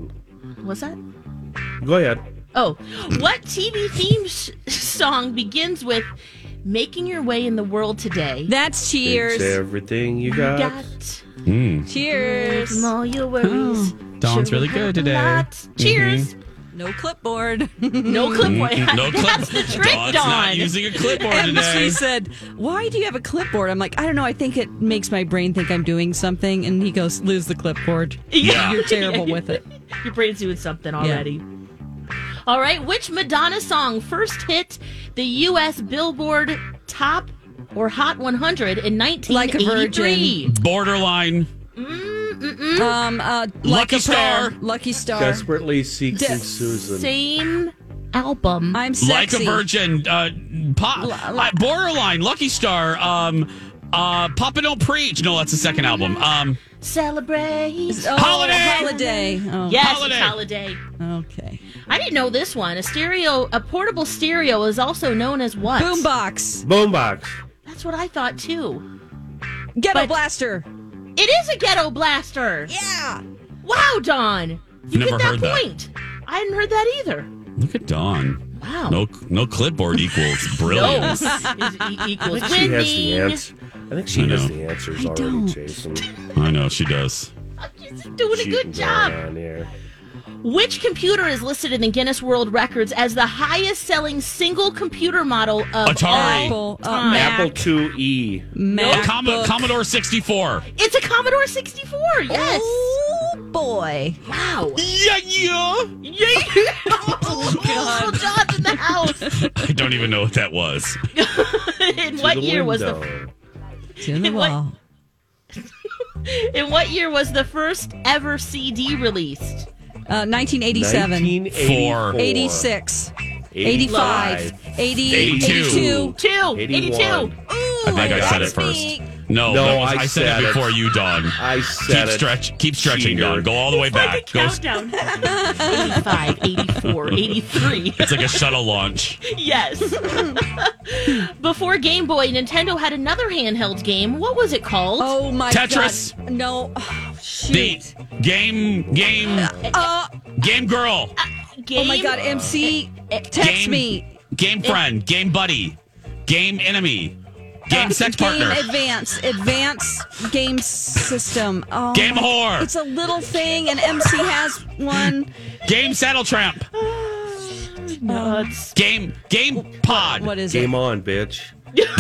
Speaker 3: What's that?
Speaker 1: Go ahead.
Speaker 3: Oh, what TV theme sh- song begins with "Making Your Way in the World Today"?
Speaker 2: That's
Speaker 1: It's
Speaker 2: cheers.
Speaker 1: everything you got.
Speaker 3: Got
Speaker 2: Cheers.
Speaker 3: from all your worries.
Speaker 4: Dawn's
Speaker 3: Sure
Speaker 4: really
Speaker 3: will help
Speaker 4: good
Speaker 3: a
Speaker 4: today. Mm-hmm.
Speaker 3: lot. Cheers. Mm-hmm.
Speaker 2: No clipboard.
Speaker 3: No clipboard.
Speaker 4: Mm-hmm. No clip.
Speaker 3: That's the trick,
Speaker 4: Dawn's
Speaker 3: Dawn.
Speaker 4: not using a clipboard
Speaker 2: and
Speaker 4: today.
Speaker 2: she said, "Why do you have a clipboard?" I'm like, "I don't know. I think it makes my brain think I'm doing something." And he goes, "Lose the clipboard.
Speaker 3: Yeah.
Speaker 2: You're terrible with it."
Speaker 3: Your brain's doing something already. All right, which Madonna song first hit the U.S. Billboard Top or Hot 100 in 1983?
Speaker 2: Like a virgin.
Speaker 4: Borderline.
Speaker 2: Um, uh,
Speaker 4: Lucky Star.
Speaker 2: Lucky Star.
Speaker 1: Desperately seeking
Speaker 2: De-
Speaker 1: Susan.
Speaker 3: Same album.
Speaker 2: I'm
Speaker 4: Like
Speaker 2: sexy.
Speaker 4: a virgin. Uh, pop, uh, borderline. Lucky Star. Um, uh, Papa Don't Preach. No, that's the second album. Um,
Speaker 3: Celebrate.
Speaker 2: Oh, Holiday. holiday. Oh.
Speaker 3: Yes,
Speaker 2: Holiday.
Speaker 3: it's holiday.
Speaker 2: Okay.
Speaker 3: I didn't know this one. A stereo, a portable stereo is also known as what?
Speaker 2: Boombox.
Speaker 1: Boombox.
Speaker 3: That's what I thought too.
Speaker 2: Ghetto blaster.
Speaker 3: It is a ghetto blaster.
Speaker 2: Yeah.
Speaker 3: Wow, Don. You
Speaker 4: Never
Speaker 3: get that
Speaker 4: heard that.
Speaker 3: point. I hadn't heard that either.
Speaker 4: look at Dawn.
Speaker 3: Wow.
Speaker 4: No, no clipboard equals brilliant.
Speaker 3: Oh. No. Is e-
Speaker 1: I
Speaker 3: equals
Speaker 1: think she has the
Speaker 3: winning.
Speaker 1: answers. I think she
Speaker 4: I
Speaker 1: has
Speaker 4: know.
Speaker 1: the answers
Speaker 3: I
Speaker 1: already,
Speaker 3: don't.
Speaker 1: Jason.
Speaker 4: I know she does.
Speaker 3: She's doing a
Speaker 1: Cheating
Speaker 3: good job.
Speaker 1: going on here.
Speaker 3: Which computer is listed in the Guinness World Records as the highest selling single computer model of
Speaker 4: Atari.
Speaker 3: all
Speaker 4: Apple,
Speaker 2: uh,
Speaker 3: time?
Speaker 2: Mac.
Speaker 1: Apple E. 2E.
Speaker 4: No,
Speaker 2: MacBook.
Speaker 4: Commodore, Oh, Commodore 64.
Speaker 3: It's a Commodore 64. Yes.
Speaker 2: Oh boy.
Speaker 3: Wow.
Speaker 4: Yeah, yeah.
Speaker 3: Yay. oh, God. John's in the house.
Speaker 4: I don't even know what that was.
Speaker 3: in what
Speaker 1: To the
Speaker 3: year was the
Speaker 1: window.
Speaker 2: To the
Speaker 3: What?
Speaker 2: wall.
Speaker 3: In what year was the first ever CD released?
Speaker 2: Uh, 1987.
Speaker 1: 1984.
Speaker 2: 86. 85. 80, 82.
Speaker 4: 82.
Speaker 3: Two.
Speaker 1: 81.
Speaker 3: 82.
Speaker 4: I think I said
Speaker 1: got
Speaker 4: it
Speaker 1: it.
Speaker 4: first. No,
Speaker 1: No,
Speaker 4: that
Speaker 1: I
Speaker 4: was- I, said,
Speaker 1: said
Speaker 4: it
Speaker 1: it.
Speaker 4: before you, Dawn.
Speaker 1: I
Speaker 4: Keep
Speaker 1: said it.
Speaker 4: stretch, keep stretching, Dawn.
Speaker 1: Cheater.
Speaker 4: Go all the way back. Go, s-
Speaker 3: Countdown. 85, 84, 83.
Speaker 4: it's like a shuttle launch.
Speaker 3: Yes. Before Game Boy, Nintendo had another handheld game. What was it called?
Speaker 2: Oh my
Speaker 4: Tetris.
Speaker 2: God. No. Oh,
Speaker 4: The
Speaker 2: shoot.
Speaker 4: game, game,
Speaker 2: Uh,
Speaker 4: game girl,
Speaker 3: Game
Speaker 2: oh my God. MC, text
Speaker 4: game,
Speaker 2: me.
Speaker 4: game friend, game buddy, game enemy, game
Speaker 2: Uh,
Speaker 4: sex
Speaker 2: game
Speaker 4: partner.
Speaker 2: Advance. Advance game system. Oh,
Speaker 4: Game
Speaker 2: my-
Speaker 4: whore.
Speaker 2: It's a little thing, and MC has one.
Speaker 4: Game saddle tramp.
Speaker 3: Nuts.
Speaker 4: Game game pod.
Speaker 2: What is
Speaker 1: Game
Speaker 2: it?
Speaker 1: on, bitch.
Speaker 3: That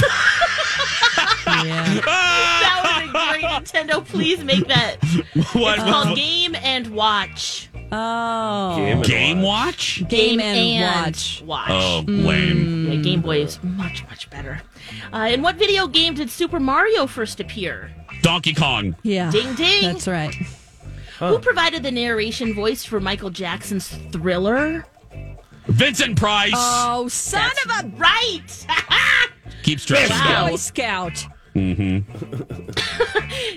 Speaker 3: was a great Nintendo. Please make that.
Speaker 4: What- what-
Speaker 3: It's called Game and Watch.
Speaker 2: Oh.
Speaker 1: Game,
Speaker 4: game
Speaker 1: and watch.
Speaker 4: watch?
Speaker 2: Game and Watch.
Speaker 3: Watch.
Speaker 4: Oh, lame.
Speaker 3: Yeah, Game Boy is much, much better. Uh, in what video game did Super Mario first appear?
Speaker 4: Donkey Kong.
Speaker 2: Yeah.
Speaker 3: Ding, ding.
Speaker 2: Ah, That's oh. right.
Speaker 3: Who provided the narration voice for Michael Jackson's Thriller?
Speaker 4: Vincent Price.
Speaker 2: Oh, son of a
Speaker 3: Right!
Speaker 4: Keep stretching.
Speaker 3: Wow.
Speaker 2: Boy Scout.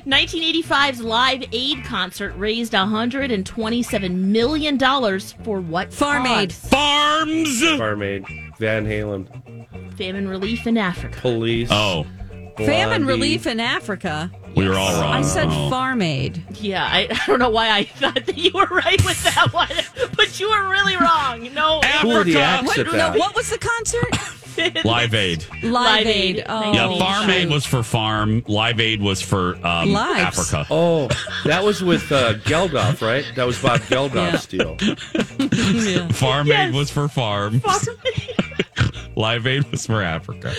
Speaker 3: 1985's Live Aid concert raised $127 million for what?
Speaker 2: Farm
Speaker 3: cause?
Speaker 2: Aid.
Speaker 4: Farms.
Speaker 1: Barmaid. Van Halen.
Speaker 3: Famine relief in Africa.
Speaker 1: Police.
Speaker 4: Oh,
Speaker 2: Famine
Speaker 1: Blondie.
Speaker 2: relief in Africa.
Speaker 4: we were all wrong.
Speaker 2: I said
Speaker 4: Oh.
Speaker 2: farm aid.
Speaker 3: Yeah, I, I don't know why I thought that you were right with that one, but you were really wrong. No,
Speaker 1: Who are the
Speaker 4: Africa.
Speaker 1: acts
Speaker 2: What,
Speaker 1: at
Speaker 2: no,
Speaker 1: that?
Speaker 2: what was the concert?
Speaker 4: Live Aid.
Speaker 2: Live,
Speaker 3: Live
Speaker 2: Aid.
Speaker 3: Aid.
Speaker 2: Oh,
Speaker 4: Yeah, Farm Aid
Speaker 2: shoot.
Speaker 4: was for farm. Live Aid was for um,
Speaker 2: Lives.
Speaker 4: Africa.
Speaker 1: Oh, that was with uh, Geldof, right? That was Bob Geldof's deal.
Speaker 4: Farm Aid was for farm. Live Aid was for Africa.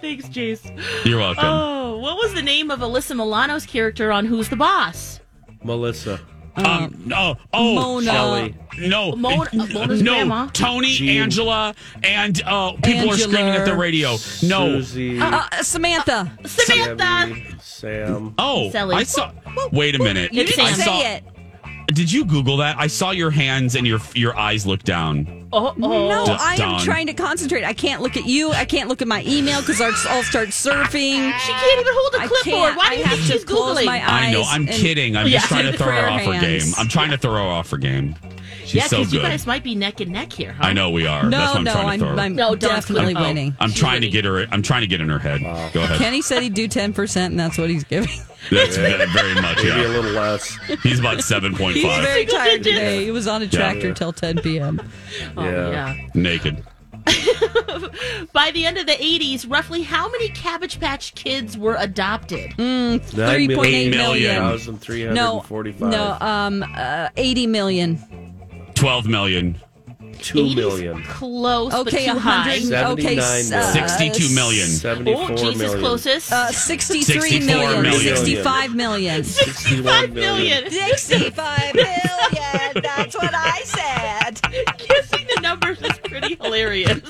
Speaker 3: Thanks, Jace.
Speaker 4: You're welcome.
Speaker 3: Oh, what was the name of Alyssa Milano's character on Who's the Boss?
Speaker 1: Melissa.
Speaker 4: um, no, oh,
Speaker 2: Mm. Mona.
Speaker 1: Shelley.
Speaker 4: no,
Speaker 3: Mona-
Speaker 4: no,
Speaker 3: Mona's grandma.
Speaker 4: Tony,
Speaker 1: Jean.
Speaker 4: Angela, and uh, people are screaming at the
Speaker 2: Angela.
Speaker 4: radio. No,
Speaker 1: Susie.
Speaker 2: Uh, Samantha.
Speaker 3: Samantha.
Speaker 1: Debbie, Sam.
Speaker 4: oh,
Speaker 3: Sally.
Speaker 4: I saw. Wait a minute.
Speaker 2: You didn't
Speaker 4: I
Speaker 2: say
Speaker 4: saw,
Speaker 2: it.
Speaker 4: Did you Google that? I saw your hands and your your eyes look down.
Speaker 3: Oh, oh.
Speaker 2: No,
Speaker 4: D-
Speaker 2: I am
Speaker 4: Dawn.
Speaker 2: trying to concentrate. I can't look at you. I can't look at my email because I'll start surfing.
Speaker 3: She can't even hold
Speaker 2: I
Speaker 3: a clipboard.
Speaker 2: can't.
Speaker 3: Why do
Speaker 2: I
Speaker 3: you
Speaker 2: have
Speaker 3: think
Speaker 2: to
Speaker 3: she's
Speaker 2: close
Speaker 3: googling?
Speaker 2: my
Speaker 4: I know.
Speaker 2: eyes
Speaker 4: I'm
Speaker 2: and-
Speaker 4: kidding. I'm
Speaker 3: Yeah.
Speaker 4: just trying to throw her
Speaker 2: Prayer
Speaker 4: off her game.
Speaker 2: hands.
Speaker 4: I'm trying to throw her off her game. She's
Speaker 3: yeah,
Speaker 4: so
Speaker 3: because
Speaker 4: good.
Speaker 3: you guys might be neck and neck here, huh?
Speaker 4: I know we are. That's
Speaker 2: No,
Speaker 4: what I'm
Speaker 2: no,
Speaker 4: trying to
Speaker 2: I'm,
Speaker 4: throw. her.
Speaker 2: I'm
Speaker 3: No, don't
Speaker 2: definitely
Speaker 3: flip out.
Speaker 2: winning.
Speaker 4: I'm
Speaker 3: She's
Speaker 4: trying to
Speaker 3: winning.
Speaker 4: get her. I'm trying to get in her head. Go ahead.
Speaker 2: Kenny said he'd do 10%, and that's what he's giving.
Speaker 4: That's ve- very much.
Speaker 1: Maybe a
Speaker 4: Yeah.
Speaker 1: little less.
Speaker 4: He's about seven point
Speaker 2: He's
Speaker 4: five,
Speaker 2: very
Speaker 3: Single
Speaker 2: tired
Speaker 3: digits.
Speaker 2: today. He was on a tractor
Speaker 1: Yeah.
Speaker 2: till 10 p.m.
Speaker 3: Oh,
Speaker 1: Yeah.
Speaker 3: yeah.
Speaker 4: naked.
Speaker 3: By the end of the 80s, roughly how many Cabbage Patch kids were adopted?
Speaker 2: 3.8
Speaker 4: million.
Speaker 2: million. No,
Speaker 1: 1,345.
Speaker 2: no, um, uh, 80 million.
Speaker 4: Twelve million.
Speaker 1: 2
Speaker 3: 80s?
Speaker 1: million.
Speaker 3: Close,
Speaker 2: Okay,
Speaker 3: but too high.
Speaker 2: 100. Okay,
Speaker 1: 79
Speaker 2: s-
Speaker 1: million.
Speaker 2: uh,
Speaker 4: 62 million.
Speaker 3: Oh,
Speaker 1: 74
Speaker 3: Jesus,
Speaker 1: million.
Speaker 3: closest.
Speaker 2: Uh, 63
Speaker 4: 64
Speaker 2: million.
Speaker 4: million.
Speaker 2: 65 million.
Speaker 1: 61
Speaker 3: million.
Speaker 2: 65 million. That's what I said.
Speaker 3: Kissing the hilarious.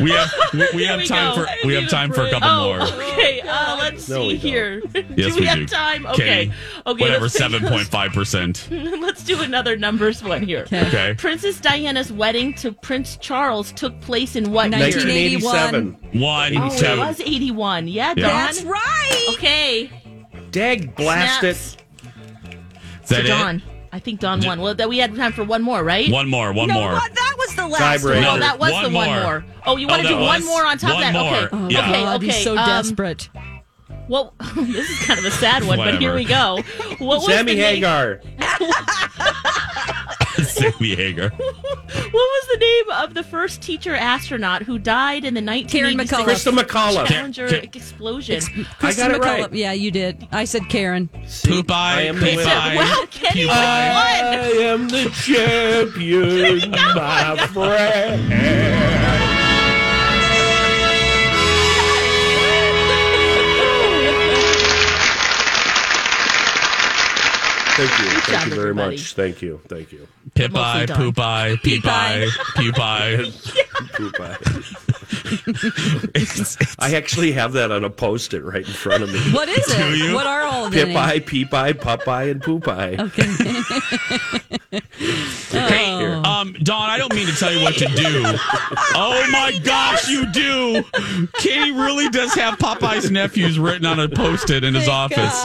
Speaker 4: We have we, we have
Speaker 3: we
Speaker 4: time
Speaker 3: go.
Speaker 4: for we have time for a couple
Speaker 3: oh,
Speaker 4: more.
Speaker 3: Okay, uh, let's
Speaker 4: No,
Speaker 3: see
Speaker 4: we don't.
Speaker 3: here.
Speaker 4: Yes,
Speaker 3: do we,
Speaker 4: we
Speaker 3: have
Speaker 4: do.
Speaker 3: time? Okay,
Speaker 4: Kenny,
Speaker 3: okay.
Speaker 4: Whatever,
Speaker 3: let's do-
Speaker 4: seven point five percent.
Speaker 3: Let's do another numbers one here.
Speaker 4: Okay.
Speaker 3: Princess Diana's wedding to Prince Charles took place in what year?
Speaker 1: 1987.
Speaker 4: One,
Speaker 3: Oh, it was 81. Yeah,
Speaker 1: Yeah.
Speaker 3: Don.
Speaker 1: That's
Speaker 3: right. Okay.
Speaker 1: Dag blast
Speaker 3: Snaps.
Speaker 1: it.
Speaker 4: Is
Speaker 3: so
Speaker 4: that it?
Speaker 3: Don, I think Don won. Well, that we had time for one more, right?
Speaker 4: One more, one No, more. what?
Speaker 3: that was the
Speaker 4: last Tiebreaker.
Speaker 3: No,
Speaker 4: one.
Speaker 3: that was
Speaker 4: One
Speaker 3: the one
Speaker 4: more.
Speaker 3: more. Oh, you
Speaker 4: Oh,
Speaker 3: want to
Speaker 4: that
Speaker 3: do one
Speaker 4: was-
Speaker 3: more on top of
Speaker 4: one
Speaker 3: that? Okay.
Speaker 4: more. Yeah.
Speaker 3: Okay.
Speaker 4: Oh,
Speaker 2: I'd be
Speaker 3: okay.
Speaker 2: so
Speaker 3: um,
Speaker 2: desperate.
Speaker 3: Well, this is kind of a sad one, but here
Speaker 4: Whatever.
Speaker 3: we go. What was
Speaker 1: Sammy
Speaker 3: the name-
Speaker 1: Hagar.
Speaker 4: Sammy Hager.
Speaker 3: What was the name of the first teacher astronaut who died in the 1986
Speaker 2: McCullough. Krista
Speaker 1: McCullough.
Speaker 3: Challenger
Speaker 1: Ca- ca-
Speaker 3: explosion?
Speaker 2: Kristen McCullough. Yeah, you did. I said Karen.
Speaker 4: Poop
Speaker 1: I
Speaker 4: eye,
Speaker 1: am the
Speaker 4: poop
Speaker 1: winner.
Speaker 4: eye.
Speaker 1: Wow,
Speaker 3: Kenny,
Speaker 4: poop
Speaker 3: what?
Speaker 4: eye.
Speaker 1: I am the champion, my friend. Thank you. Thank you very much. Thank you. Thank you.
Speaker 4: Pip eye, poop eye, peep eye, peep eye.
Speaker 1: Poop eye. I actually have that on a post it right in front of me.
Speaker 2: What is it? Do you? What are all of the
Speaker 1: Pip
Speaker 2: names?
Speaker 1: eye, peep eye, pup eye, and poop eye. Okay.
Speaker 4: Hey, um, Don, I don't mean to tell you what to do. Oh my gosh, you do. Katie really does have Popeye's nephews written on a post-it in his office.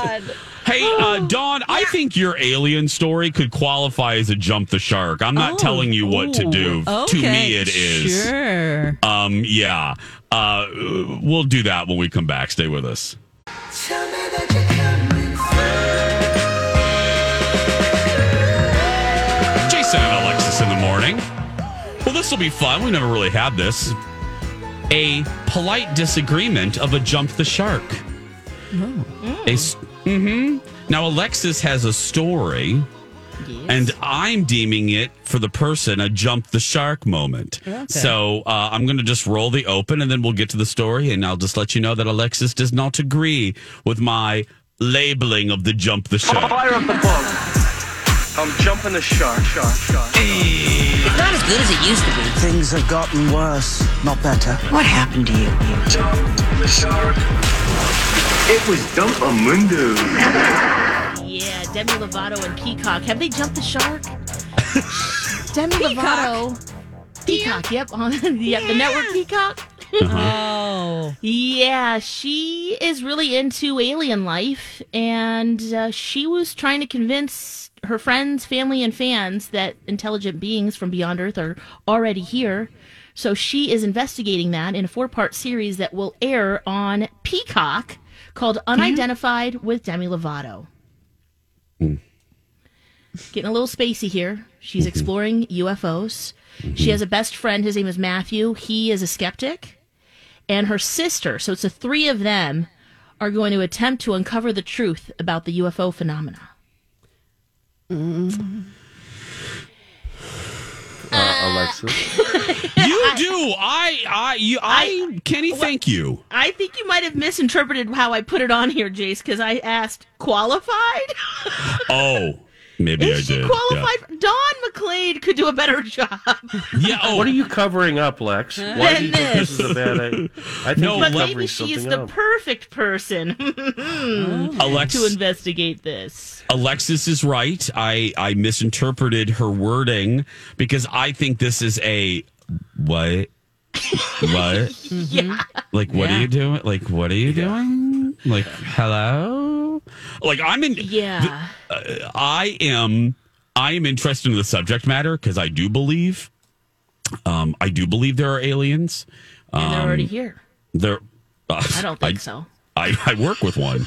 Speaker 4: Hey, uh, Don, I think your alien story could qualify as a jump the shark. I'm not telling you what to do. To me, it is.
Speaker 2: Sure.
Speaker 4: Um, yeah. Uh, we'll do that when we come back. Stay with us. Jason and Alexis in the morning. Well, this will be fun. We never really had this. A polite disagreement of a jump the shark. A s hmm Now, Alexis has a story, and I'm deeming it for the person a jump the shark moment. So uh, I'm going to just roll the open, and then we'll get to the story, and I'll just let you know that Alexis does not agree with my labeling of the jump the shark.
Speaker 12: Fire up the book. I'm jumping the shark, shark, shark.
Speaker 13: It's not as good as it used to be.
Speaker 12: Things have gotten worse, not better. What happened to you? Jump the shark. It was Dump a Mundo.
Speaker 3: Yeah, Demi Lovato and Peacock. Have they jumped the shark? Demi Lovato. Peacock, yep. On yep, the network Peacock. Oh. Yeah, she is really into alien life, and uh, she was trying to convince her friends, family, and fans that intelligent beings from beyond Earth are already here. So she is investigating that in a four part series that will air on Peacock called Unidentified with Demi Lovato getting a little spacey here.
Speaker 4: Mm-hmm.
Speaker 3: She's exploring UFOs. She has a best friend. His name is Matthew. He is a skeptic. And her sister, so it's the three of them, are going to attempt to uncover the truth about the UFO phenomena.
Speaker 1: Alexis.
Speaker 4: You do. I, I, you, I, Kenny, thank you.
Speaker 3: I think you might have misinterpreted how I put it on here, Jace, because I asked qualified.
Speaker 4: Oh, maybe I did.
Speaker 3: Qualified. Don McLean could do a better job.
Speaker 4: Yeah. oh,
Speaker 1: What are you covering up, Lex? Why do you think this is a bad idea? I think you're
Speaker 3: but
Speaker 1: covering
Speaker 3: maybe
Speaker 1: something
Speaker 3: she is the
Speaker 1: up.
Speaker 3: perfect person Hmm.
Speaker 4: Alex-
Speaker 3: to investigate this.
Speaker 4: Alexis is right. I, I misinterpreted her wording because I think this is a what, what,
Speaker 3: Yeah.
Speaker 4: like what
Speaker 3: Yeah.
Speaker 4: are you doing? Like what are you doing? Like hello? Like I'm in.
Speaker 3: Yeah.
Speaker 4: uh, I am I am interested in the subject matter because I do believe um I do believe there are aliens. Um,
Speaker 3: They're already here.
Speaker 4: There, uh,
Speaker 3: I don't think so.
Speaker 4: I, I work with one,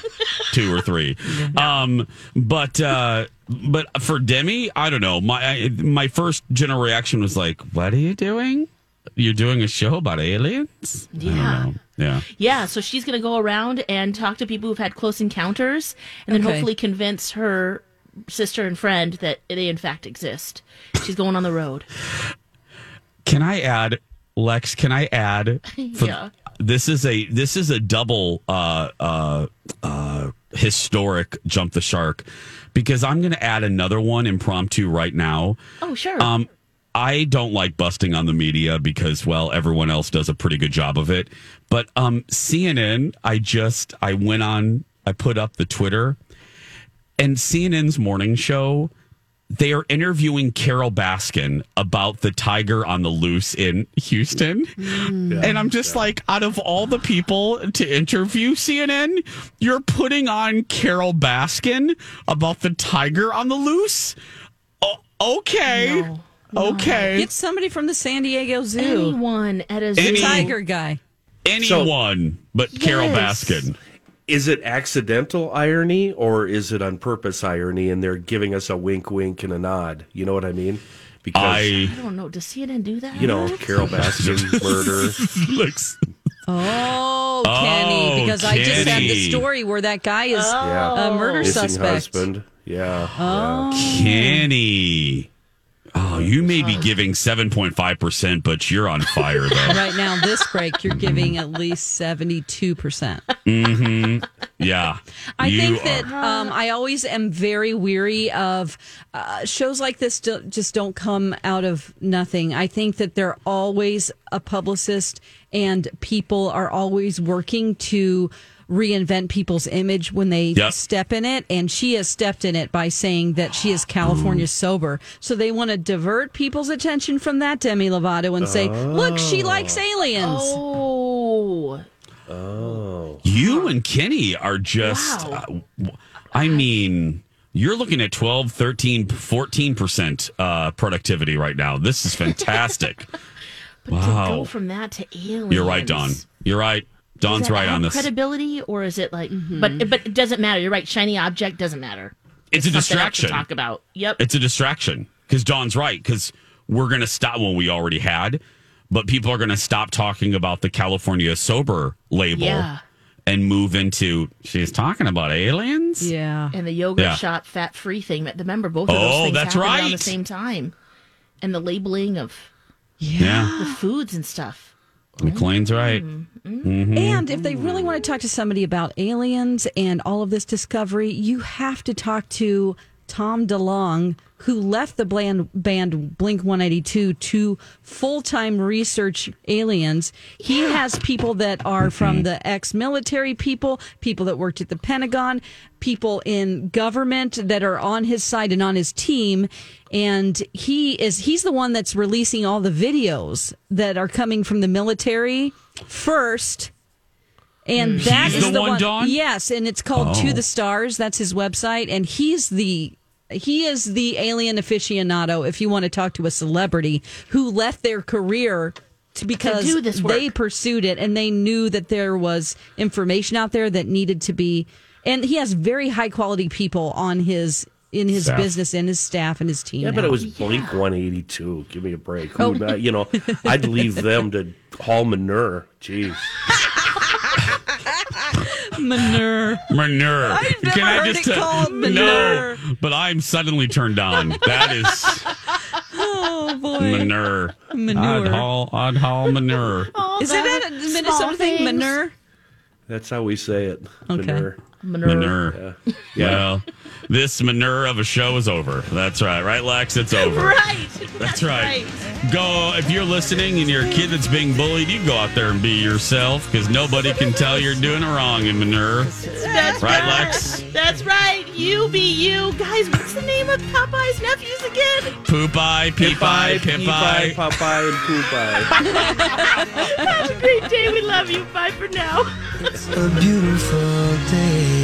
Speaker 4: two or three. Um, but uh, but for Demi, I don't know. My I, my first general reaction was like, "What are you doing? You're doing a show about aliens?" I don't
Speaker 3: Yeah.
Speaker 4: know. yeah.
Speaker 3: Yeah, so she's going to go around and talk to people who've had close encounters and then
Speaker 2: Okay.
Speaker 3: hopefully convince her sister and friend that they in fact exist. She's going on the road.
Speaker 4: Can I add, Lex? Can I add?
Speaker 3: Yeah.
Speaker 4: This is a this is a double uh, uh, uh, historic jump the shark because I'm going to add another one impromptu right now.
Speaker 3: Oh, sure.
Speaker 4: Um, I don't like busting on the media because, well, everyone else does a pretty good job of it. But um, CNN, I just I went on, I put up the Twitter, and CNN's morning show. They are interviewing Carol Baskin about the tiger on the loose in Houston. And I'm just like, out of all the people to interview CNN, you're putting on Carol Baskin about the tiger on the loose? O- okay.
Speaker 3: Oh,
Speaker 4: oh. Okay.
Speaker 2: Get somebody from the San Diego Zoo.
Speaker 3: Anyone at a
Speaker 2: The
Speaker 4: zoo.
Speaker 2: tiger guy.
Speaker 4: Anyone but Carol
Speaker 3: Yes.
Speaker 4: Baskin.
Speaker 1: Is it accidental irony or is it on purpose irony? And they're giving us a wink, wink, and a nod. You know what I mean? Because
Speaker 3: I don't know. Does CNN do that?
Speaker 1: you know Carol Baskin murder.
Speaker 4: Looks
Speaker 2: Oh,
Speaker 1: Oh,
Speaker 2: Kenny, because I just had
Speaker 1: Kenny.
Speaker 2: the story where that guy is
Speaker 1: yeah,
Speaker 2: a murder
Speaker 1: Missing
Speaker 2: suspect.
Speaker 1: husband. Yeah.
Speaker 4: Kenny. Oh, you may be giving 7.5%, but you're on fire, though.
Speaker 2: Right now, this break, you're giving at least 72%.
Speaker 4: hmm Yeah.
Speaker 2: I
Speaker 4: you
Speaker 2: think
Speaker 4: are-
Speaker 2: that um, I always am very weary of uh, shows like this. do- Just don't come out of nothing. I think that they're always a publicist, and people are always working to reinvent people's image when they
Speaker 14: Yep.
Speaker 2: step in it. And she has stepped in it by saying that she is California sober. So they want to divert people's attention from that Demi Lovato and say, "Look, she likes aliens."
Speaker 3: Oh.
Speaker 1: Oh.
Speaker 4: You and Kenny are just, uh, w- I mean, you're looking at 12, 13, 14% uh, productivity right now. This is fantastic.
Speaker 3: To
Speaker 4: wow.
Speaker 3: go from that to aliens.
Speaker 4: You're right, Don. You're right.
Speaker 3: Does
Speaker 4: Don's
Speaker 3: that
Speaker 4: right on
Speaker 3: add
Speaker 4: this.
Speaker 3: Credibility, or is it like? But but it doesn't matter. You're right. Shiny object doesn't matter.
Speaker 4: it's a
Speaker 3: something else to
Speaker 4: distraction.
Speaker 3: talk about. Yep.
Speaker 4: It's a distraction because Don's right because we're going to stop when we already had, but people are going to stop talking about the California sober label
Speaker 3: Yeah.
Speaker 4: and move into she's talking about aliens.
Speaker 2: Yeah.
Speaker 3: And the yoga
Speaker 4: Yeah.
Speaker 3: shop fat free thing that remember both of those
Speaker 4: Oh,
Speaker 3: things
Speaker 4: that's
Speaker 3: happened around the
Speaker 4: right.
Speaker 3: same time. And the labeling of
Speaker 4: Yeah.
Speaker 3: the foods and stuff.
Speaker 4: McLean's
Speaker 14: Mm.
Speaker 4: right. Mhm.
Speaker 2: And if they really want to talk to somebody about aliens and all of this discovery, you have to talk to Tom DeLong, who left the bland, band Blink 182 to full time research aliens. He has people that are from the ex military people, people that worked at the Pentagon, people in government that are on his side and on his team and he is he's the one that's releasing all the videos that are coming from the military first and that is
Speaker 14: He's the one, Dawn?
Speaker 2: yes and it's called
Speaker 14: Oh.
Speaker 2: to the stars that's his website and he's the he is the alien aficionado if you want to talk to a celebrity who left their career to because
Speaker 3: do this work.
Speaker 2: they pursued it and they knew that there was information out there that needed to be and he has very high quality people on his in his
Speaker 1: Staff.
Speaker 2: business and his staff and his team
Speaker 1: Yeah, Oh,
Speaker 2: now.
Speaker 1: but it was Blink 182. Give me a break. Who ma- you know, I'd leave them to haul manure. Jeez.
Speaker 2: manure.
Speaker 4: Manure.
Speaker 14: I've never
Speaker 4: I
Speaker 14: heard it
Speaker 4: tell-
Speaker 14: called manure.
Speaker 4: No, but I'm suddenly turned on. That is
Speaker 2: oh boy.
Speaker 4: manure.
Speaker 2: Manure.
Speaker 4: Odd hall, odd hall manure.
Speaker 2: Is it a
Speaker 3: small
Speaker 2: Minnesota thing?
Speaker 3: things.
Speaker 2: Manure?
Speaker 1: That's how we say it. Manure.
Speaker 4: Manure.
Speaker 1: Yeah.
Speaker 4: Well, this manure of a show is over. That's right. Right, Lex? It's over.
Speaker 14: Right.
Speaker 4: That's right. Go if you're listening and you're a kid that's being bullied, you go out there and be yourself because nobody can tell you're doing it wrong in manure.
Speaker 3: That's
Speaker 4: Right,
Speaker 3: right,
Speaker 4: Lex?
Speaker 3: That's right. You be you. Guys, what's the name of Popeye's nephews again?
Speaker 4: Poop eye, peep eye, pimp eye.
Speaker 1: Popeye, and poop eye.
Speaker 3: Have a great day. We love you. Bye for now.
Speaker 12: A beautiful day.